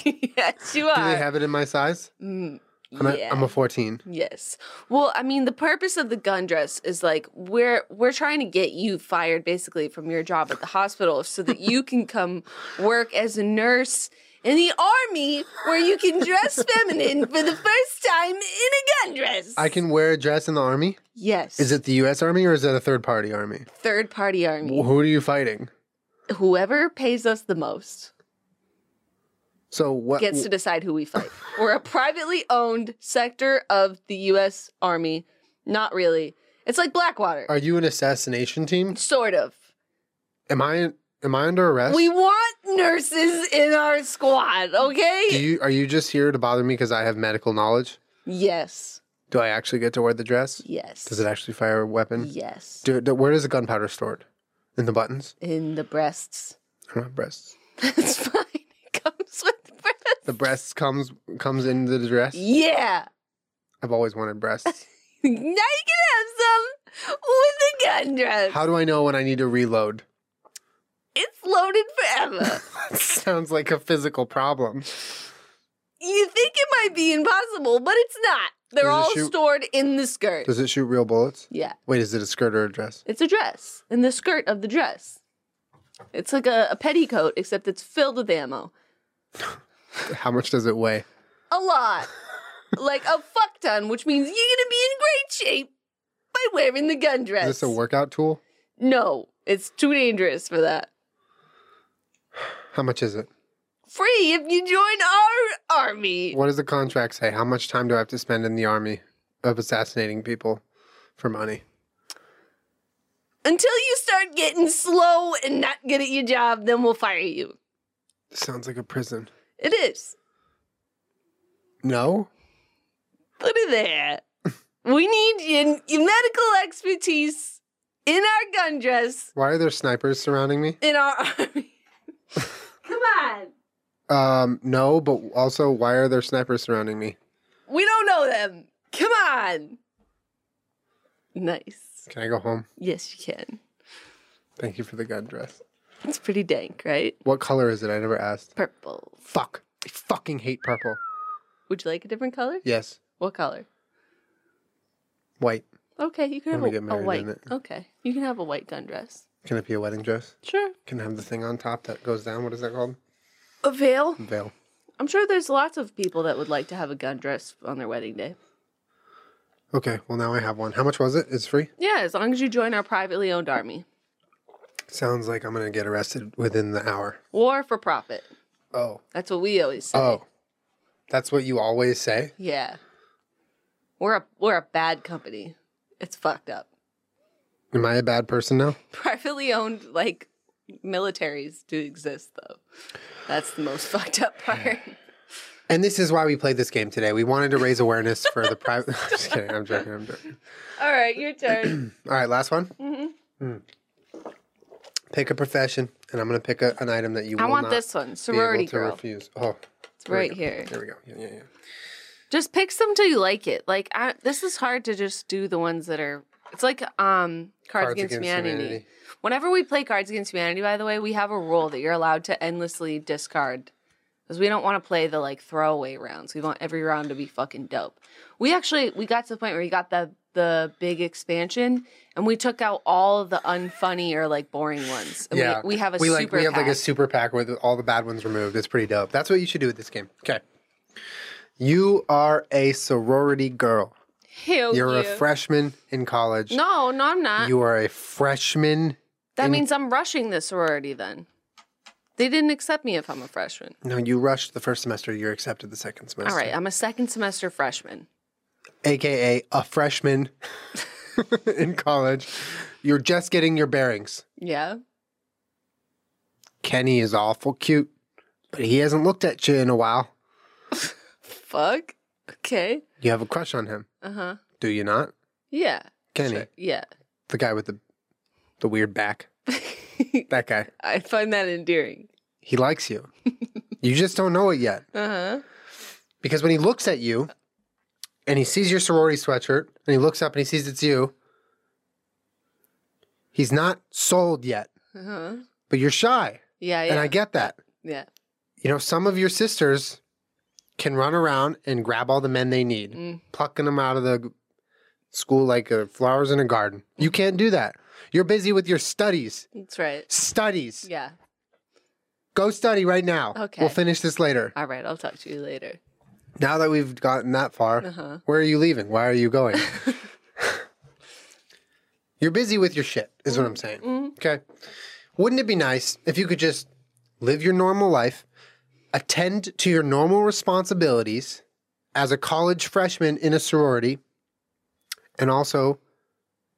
B: yes, you are.
A: Do they have it in my size?
B: Mm,
A: I'm,
B: yeah.
A: a, I'm a 14.
B: Yes. Well, I mean, the purpose of the gun dress is like we're we're trying to get you fired basically from your job at the hospital so that you can come work as a nurse in the army where you can dress feminine for the first time in a gun dress.
A: I can wear a dress in the army.
B: Yes.
A: Is it the U.S. Army or is it a third party army?
B: third party army?
A: Wh- Who are you fighting?
B: Whoever pays us the most
A: So what?
B: gets to decide who we fight. We're a privately owned sector of the US Army. Not really. It's like Blackwater.
A: are you an assassination team?
B: Sort of.
A: Am I am I under arrest?
B: We want nurses in our squad,
A: Do
B: okay?
A: you are you just here to bother me because I have medical knowledge?
B: yes.
A: Do I actually get to wear the dress?
B: Yes.
A: Does it actually fire a weapon?
B: yes.
A: Do, do- where is the gunpowder stored? In the buttons?
B: in the breasts.
A: I don't have breasts.
B: That's fine. It comes with the breasts.
A: The breasts comes comes in the dress.
B: Yeah.
A: I've always wanted breasts.
B: Now you can have some with a gun dress.
A: How do I know when I need to reload?
B: it's loaded forever.
A: Sounds like a physical problem.
B: you think it might be impossible, but it's not. They're
A: Does it
B: all
A: shoot-
B: stored in the skirt.
A: Does it shoot real bullets?
B: yeah.
A: Wait, is it a skirt or a dress?
B: It's a dress, in the skirt of the dress. It's like a, a petticoat, except it's filled with ammo.
A: How much does it weigh?
B: A lot. like a fuck ton, which means you're gonna be in great shape by wearing the gun dress.
A: Is this a workout tool?
B: No, it's too dangerous for that.
A: How much is it?
B: Free if you join our army.
A: What does the contract say? How much time do I have to spend in the army of assassinating people for money?
B: Until you start getting slow and not good at your job, then we'll fire you.
A: Sounds like a prison.
B: It is.
A: No?
B: Look at that. we need your, your medical expertise in our gun dress
A: Why are there snipers surrounding me?
B: in our army. Come on.
A: Um, no, but also why are there snipers surrounding me?
B: We don't know them. Come on. Nice.
A: Can I go home?
B: Yes, you can.
A: Thank you for the gun dress.
B: It's pretty dank, right?
A: What color is it? I never asked.
B: Purple.
A: Fuck. I fucking hate purple.
B: Would you like a different color?
A: Yes.
B: What color?
A: White.
B: Okay, you can
A: When
B: have
A: we
B: a,
A: get
B: a
A: married,
B: white.
A: isn't it?
B: Okay, you can have a white gun dress.
A: Can it be a wedding dress?
B: Sure.
A: Can it have the thing on top that goes down? What is that called?
B: A veil.
A: Veil.
B: I'm sure there's lots of people that would like to have a gun dress on their wedding day.
A: Okay, well now I have one. How much was it? It's free.
B: Yeah, as long as you join our privately owned army,
A: Sounds like I'm gonna get arrested within the hour.
B: war for profit.
A: Oh.
B: That's what we always say.
A: Oh. That's what you always say.
B: Yeah. We're a we're a bad company. It's fucked up.
A: Am I a bad person now?
B: Privately owned like militaries do exist though. That's the most fucked up part.
A: And this is why we played this game today. We wanted to raise awareness for the private. I'm just kidding. I'm joking. I'm joking.
B: All right, your turn.
A: All right, last one. Hmm.
B: hmm
A: Pick a profession, and I'm going to pick a, an item that you.
B: I
A: will
B: want
A: not
B: this one,
A: be able
B: sorority
A: to
B: girl.
A: refuse. Oh,
B: It's
A: there we
B: right
A: go.
B: here.
A: There we go. Yeah, yeah, yeah.
B: Just pick some till you like it. Like I, this is hard to just do the ones that are. It's like um Cards, Against, Humanity. Whenever we play Cards Against Humanity, by the way, we have a rule that you're allowed to endlessly discard because we don't want to play the like throwaway rounds. We want every round to be fucking dope. We actually we got to the point where we got the the big expansion and we took out all the unfunny or like boring ones. And
A: Yeah.
B: we, we have a
A: we
B: super
A: like we have like a
B: pack.
A: super pack with all the bad ones removed. It's pretty dope. That's what you should do with this game. Okay. You are a sorority girl.
B: Hell
A: You're a
B: Oh, yeah.
A: freshman in college.
B: No, no, I'm not.
A: You are a freshman.
B: that
A: in-
B: means I'm rushing the sorority then. They didn't accept me if I'm a freshman.
A: No, you rushed the first semester. You're accepted the second semester.
B: All right, I'm a second semester freshman.
A: AKA a freshman in college. You're just getting your bearings.
B: Yeah.
A: Kenny is awful cute, but he hasn't looked at you in a while.
B: Fuck. Okay.
A: You have a crush on him,
B: Uh huh.
A: do you not?
B: Yeah.
A: Kenny,
B: Sure. Yeah.
A: the guy with the the weird back. That guy.
B: I find that endearing.
A: He likes you. you just don't know it yet.
B: Uh huh.
A: Because when he looks at you and he sees your sorority sweatshirt and he looks up and he sees it's you, he's not sold yet,
B: Uh huh.
A: but you're shy.
B: Yeah. Yeah.
A: And I get that.
B: yeah.
A: You know, some of your sisters can run around and grab all the men they need,
B: Mm.
A: plucking them out of the g- school like uh, flowers in a garden. You can't do that. You're busy with your studies.
B: That's right.
A: Studies.
B: Yeah.
A: Go study right now.
B: Okay.
A: We'll finish this later.
B: All right. I'll talk to you later.
A: Now that we've gotten that far,
B: Uh huh.
A: Where are you leaving? Why are you going? You're busy with your shit, is what I'm
B: Mm-hmm.
A: saying. Okay. Wouldn't it be nice if you could just live your normal life, attend to your normal responsibilities as a college freshman in a sorority, and also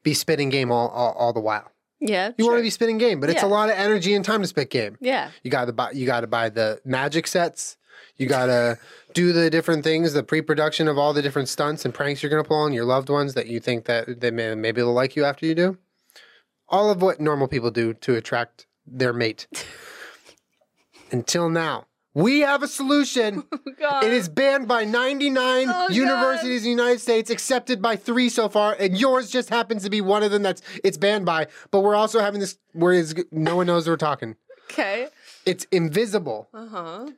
A: be spitting game all, all, all the while?
B: Yeah.
A: You want
B: sure.
A: to be spitting game, but it's a
B: Yeah.
A: lot of energy and time to spit game.
B: Yeah.
A: You gotta buy you gotta buy the magic sets. You gotta do the different things, the pre-production of all the different stunts and pranks you're gonna pull on your loved ones that you think that they may maybe they'll like you after you do. All of what normal people do to attract their mate. Until now. We have a solution.
B: God.
A: It is banned by 99
B: Oh, God.
A: universities in the United States, accepted by three so far, and yours just happens to be one of them that's it's banned by. But we're also having this where it's, no one knows we're talking.
B: okay.
A: It's invisible
B: Uh huh.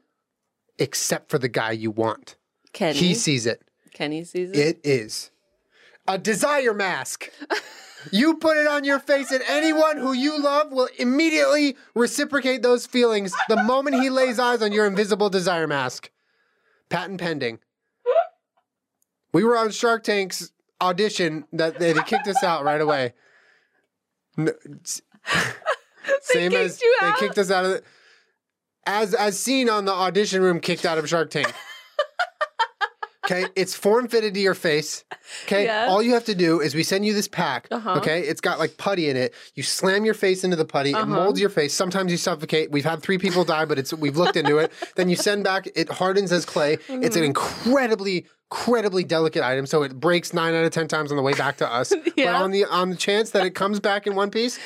A: except for the guy you want.
B: Kenny.
A: He sees it.
B: Kenny sees it.
A: It is a desire mask. you put it on your face, and anyone who you love will immediately reciprocate those feelings the moment he lays eyes on your invisible desire mask. Patent pending. We were on Shark Tank's audition that they, they kicked us out right away. No, s- same
B: kicked
A: as
B: you
A: they
B: out?
A: kicked us out of the, as as seen on the audition room kicked out of Shark Tank. Okay, it's form fitted to your face. Okay,
B: Yeah.
A: all you have to do is we send you this pack.
B: Uh-huh.
A: Okay, it's got like putty in it. You slam your face into the putty. It
B: Uh-huh.
A: molds your face. Sometimes you suffocate. We've had three people die, but it's we've looked into it. Then you send back. It hardens as clay. It's an
B: Mm.
A: incredibly, incredibly delicate item. So it breaks nine out of ten times on the way back to us. But
B: Yeah.
A: on the on the chance that it comes back in one piece,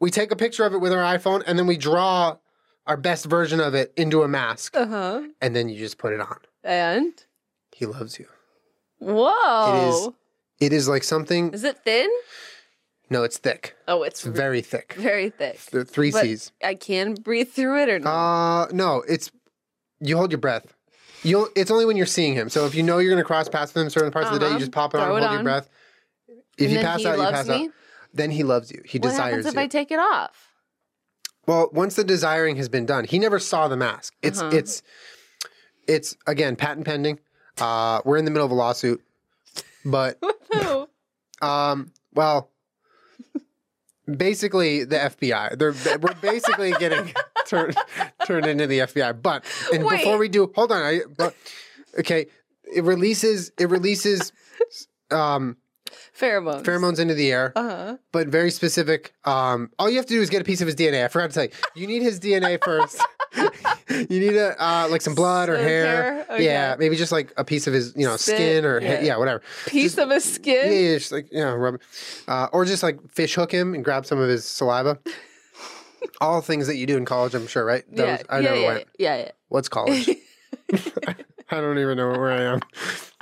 A: we take a picture of it with our iPhone and then we draw our best version of it into a mask,
B: Uh huh.
A: and then you just put it on.
B: And
A: He loves you.
B: whoa.
A: It is like something.
B: Is it thin?
A: No, it's thick.
B: Oh, it's
A: It's very thick.
B: very thick.
A: The three
B: But-
A: C's.
B: I can breathe through it or not.
A: Uh, no, it's you hold your breath. You'll. It's only when you're seeing him. So if you know you're gonna cross paths with him certain parts of the day, you
B: Uh-huh.
A: just pop it on,
B: Throw
A: and
B: it
A: hold your
B: on.
A: breath. If
B: And
A: you
B: then
A: pass
B: he
A: out, you
B: loves
A: pass
B: me?
A: out. Then he loves you. He
B: what
A: desires
B: happens if
A: you.
B: I take it off?
A: well, once the desiring has been done, he never saw the mask. It's
B: Uh-huh.
A: it's it's again patent pending. Uh, we're in the middle of a lawsuit, but
B: No.
A: Um, well, basically the FBI. They're they- we're basically getting turned turned into the FBI. But and before
B: Wait.
A: we do, hold on. I but Okay, it releases it releases um,
B: Pheromones.
A: pheromones into the air,
B: Uh huh.
A: but very specific. Um, all you have to do is get a piece of his DNA. I forgot to tell you, you need his DNA first. you need a uh, like some blood or
B: Some
A: hair.
B: hair? Okay.
A: Yeah, maybe just like a piece of his you know
B: Spit,
A: skin or yeah,
B: yeah.
A: yeah whatever.
B: Piece
A: Just-
B: of his
A: Yeah,
B: skin.
A: yeah, just like yeah, rub, uh, or just like fish hook him and grab some of his saliva. All things that you do in college, I'm sure, right?
B: Yeah,
A: I
B: yeah,
A: never
B: yeah,
A: went.
B: yeah, yeah.
A: What's college? I don't even know where I am.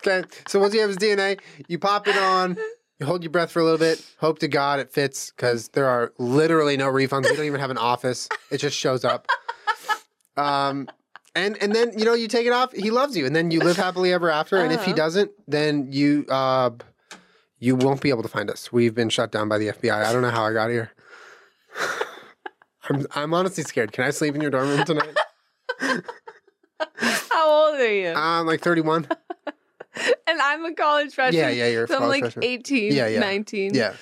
A: Okay, so once you have his DNA, you pop it on, you hold your breath for a little bit, hope to God it fits, because there are literally no refunds. We don't even have an office; it just shows up. Um, and and then you know you take it off. He loves you, and then you live happily ever after. And if he
B: Uh-huh.
A: doesn't, then you uh, you won't be able to find us. We've been shut down by the FBI. I don't know how I got here. I'm I'm honestly scared. Can I sleep in your dorm room tonight?
B: How old are you?
A: I'm like 31.
B: and I'm a college freshman.
A: Uh, Yeah, yeah, you're a
B: So I'm
A: college
B: like
A: freshman.
B: 18,
A: Yeah, yeah.
B: 19.
A: Yeah.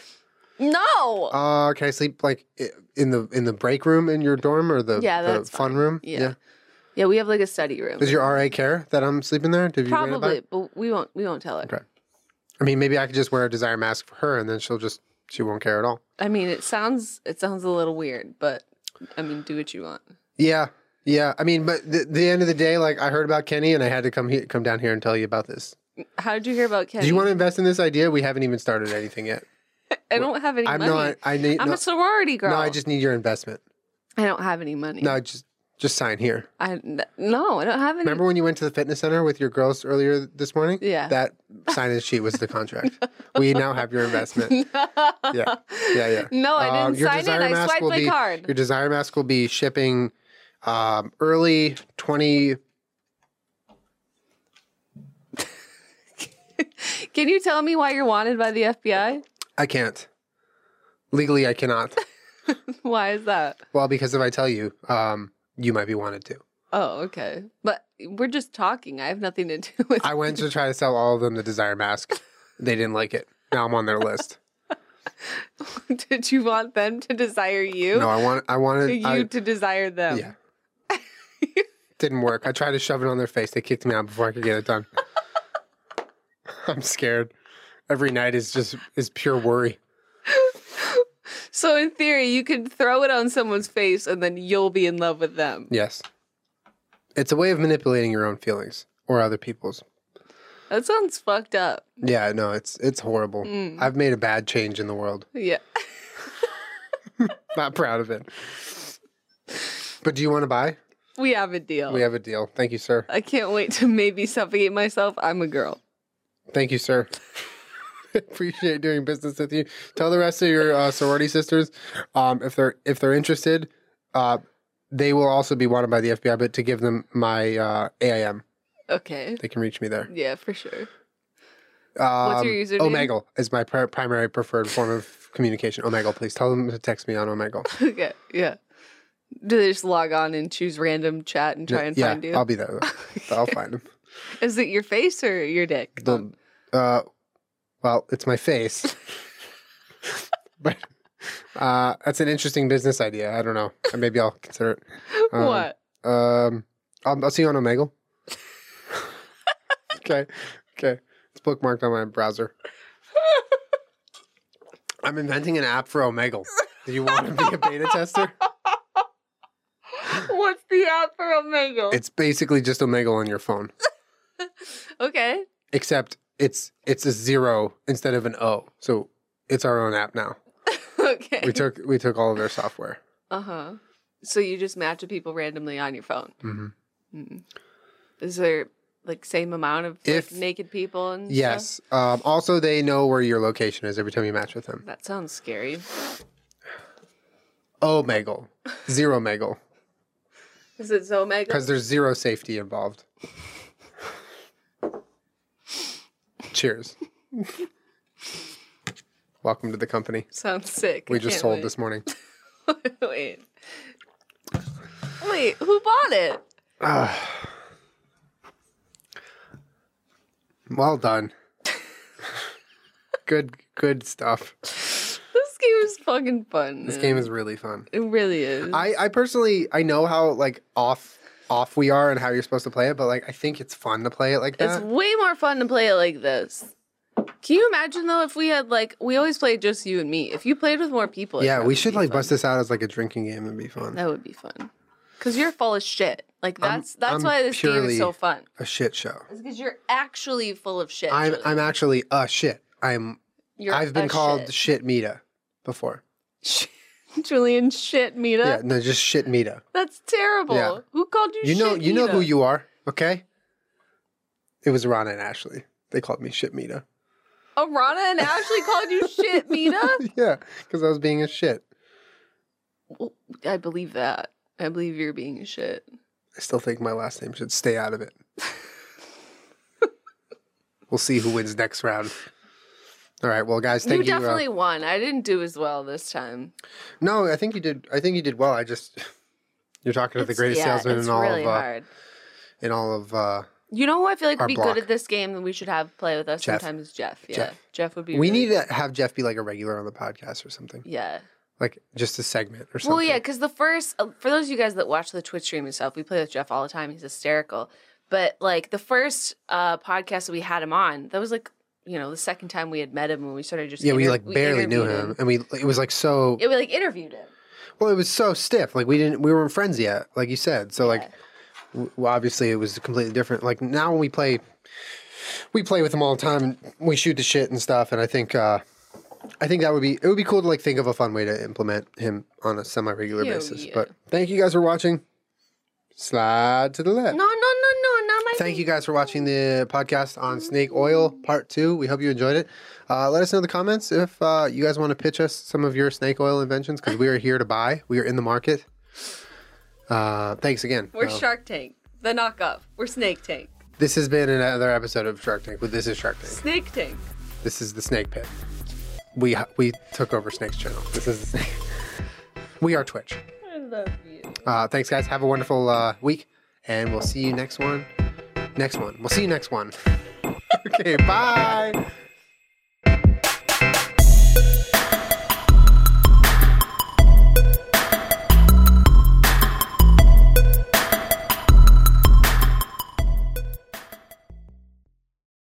B: No.
A: Uh, can I sleep like i- in the in the break room in your dorm or the,
B: Yeah,
A: the
B: that's
A: fun room?
B: Yeah. yeah, we have like a study room.
A: Does your RA care that I'm sleeping there? Did you bring it
B: Probably,
A: back?
B: but we won't we won't tell her.
A: Okay. I mean, maybe I could just wear a desire mask for her, and then she'll just she won't care at all.
B: I mean, it sounds it sounds a little weird, but I mean, do what you want.
A: Yeah, yeah. I mean, but the, the end of the day, like I heard about Kenny, and I had to come here, come down here and tell you about this.
B: How did you hear about Kenny?
A: Do you want to invest in this idea? We haven't even started anything yet.
B: I don't have any
A: I'm
B: money.
A: not. I need.
B: I'm
A: no,
B: a sorority girl.
A: no, I just need your investment.
B: I don't have any money.
A: No, just just sign here.
B: I n- no, I don't have any.
A: Remember when you went to the fitness center with your girls earlier this morning?
B: Yeah.
A: That sign in sheet was the contract. we now have your investment. Yeah. Yeah, yeah.
B: No, I
A: Um,
B: didn't
A: your
B: sign
A: desire
B: in. I
A: mask
B: swiped
A: will
B: my
A: be-
B: card.
A: Your desire mask will be shipping um, early 20.
B: Can you tell me why you're wanted by the FBI?
A: I can't. Legally, I cannot.
B: Why is that?
A: well, because if I tell you, um, you might be wanted to.
B: Oh, okay. But we're just talking. I have nothing to do with.
A: I went to try to sell all of them the desire mask. They didn't like it. Now I'm on their list.
B: Did you want them to desire you?
A: No, I want. I wanted.
B: you
A: I,
B: to desire them.
A: yeah. didn't work. I tried to shove it on their face. They kicked me out before I could get it done. I'm scared. Every night is just is pure worry.
B: So in theory, you could throw it on someone's face and then you'll be in love with them.
A: Yes. It's a way of manipulating your own feelings or other people's.
B: That sounds fucked up.
A: Yeah, no, it's it's horrible.
B: Mm.
A: I've made a bad change in the world.
B: Yeah.
A: Not proud of it. But do you want to buy?
B: We have a deal.
A: We have a deal. Thank you, sir.
B: I can't wait to maybe suffocate myself. I'm a girl.
A: Thank you, sir. Appreciate doing business with you. Tell the rest of your uh, sorority sisters um, if they're if they're interested, uh, they will also be wanted by the FBI. But to give them my uh, AIM,
B: Okay.
A: they can reach me there.
B: Yeah, for sure.
A: Um,
B: your username?
A: Omegle is my pri primary preferred form of communication. Omegle, please tell them to text me on Omegle.
B: Okay. Yeah. Do they just log on and choose random chat and try and
A: yeah, um,
B: find you?
A: I'll be there. I'll find them.
B: Is it your face or your dick?
A: The, uh, well, it's my face. but uh, that's an interesting business idea. I don't know. Uh, Maybe I'll consider it. Um,
B: what?
A: Um, I'll, I'll see you on Omegle. okay, okay. It's bookmarked on my browser. I'm inventing an app for Omegle. Do you want to be a beta tester?
B: What's the app for Omegle?
A: um, It's basically just Omegle on your phone,
B: okay.
A: except it's it's a zero instead of an O. So it's our own app now.
B: Okay.
A: We took we took all of their software.
B: Uh huh. So you just match with people randomly on your phone.
A: hmm
B: Mm. Is there like same amount of like,
A: If-
B: naked people and stuff?
A: Yes. Um, also, they know where your location is every time you match with them.
B: That sounds scary.
A: Omegle, Oh, zero Megle,
B: Is it Zomega?
A: because there's zero safety involved. Cheers. Welcome to the company.
B: Sounds sick.
A: We
B: I
A: just
B: can't
A: sold
B: wait.
A: this morning.
B: wait. Wait, who bought it?
A: Well done. good, good stuff.
B: This game is fucking fun.
A: This game is really fun. uh,
B: It really is.
A: I, I personally I know how like off off we are and how you're supposed to play it, but like I think it's fun to play it like
B: It's
A: that.
B: way more fun to play it like this. Can you imagine though if we had like we always played just you and me? If you played with more people, I
A: yeah,
B: think
A: we
B: that
A: should
B: would be
A: like
B: fun.
A: bust this out as like a drinking game and be fun.
B: That would be fun. Cause you're full of shit. Like
A: I'm-
B: that's that's
A: I'm
B: why this game
A: purely-
B: is so fun.
A: A shit show.
B: It's because you're actually full of shit.
A: I'm
B: Julie.
A: I'm actually a shit. I'm
B: You're
A: I've been
B: a
A: called shit Mita before.
B: shit. Julian shit Mita.
A: Yeah, no, just shit Mita.
B: That's terrible.
A: Yeah.
B: Who called you?
A: You know,
B: shit
A: you know
B: Mita?
A: who you are. Okay. It was Rana and Ashley. They called me shit Mita.
B: Arana and Ashley called you shit Mita.
A: yeah, because I was being a shit.
B: Well, I believe that. I believe you're being shit.
A: I still think my last name should stay out of it. we'll see who wins next round. All right, well, guys, thank
B: you
A: you. uh,
B: definitely won. I didn't do as well this time.
A: no, I think you did. I think you did well. I just you're talking to the
B: It's-
A: greatest
B: yeah,
A: salesman
B: it's
A: in all
B: really
A: of uh,
B: hard.
A: in all of uh,
B: You know who I feel like
A: our
B: would be
A: block.
B: good at this game that we should have play with us
A: Jeff.
B: sometimes? is Jeff. Yeah, Jeff,
A: Jeff.
B: would be.
A: we
B: really
A: need to have Jeff be like a regular on the podcast or something,
B: Yeah.
A: like just a segment or something.
B: Well, yeah, because the first, uh, for those of you guys that watch the Twitch stream and stuff, we play with Jeff all the time. He's hysterical. But like the first uh, podcast that we had him on, that was like, you know, the second time we had met him when we started just.
A: yeah, we
B: inter-
A: like barely knew
B: interviewed
A: him, and we it was like so
B: Yeah, we like interviewed him.
A: well, it was so stiff. Like we didn't we weren't friends yet, like you said. So like
B: Yeah.
A: w- well, obviously it was completely different. Like now when we play, we play with them all the time. And we shoot the shit and stuff. And I think, uh, I think that would be it would be cool to like think of a fun way to implement him on a semi regular
B: Hell
A: basis.
B: yeah.
A: But thank you guys for watching. Slide to the left.
B: No, no, no, no, not my.
A: Thank you guys for watching the podcast on snake oil part two. We hope you enjoyed it. Uh, let us know in the comments if uh, you guys want to pitch us some of your snake oil inventions because we are here to buy. We are in the market. Uh, thanks again.
B: We're
A: Uh,
B: Shark Tank, the knockoff. We're Snake Tank,
A: This has been another episode of Shark Tank. But this is Shark Tank.
B: Snake Tank.
A: This is the Snake Pit. We we took over Snake's channel. This is the Snake. We are Twitch.
B: I love you.
A: Uh, thanks, guys. Have a wonderful uh, week, and we'll see you next one. Next one. We'll see you next one. okay. Bye.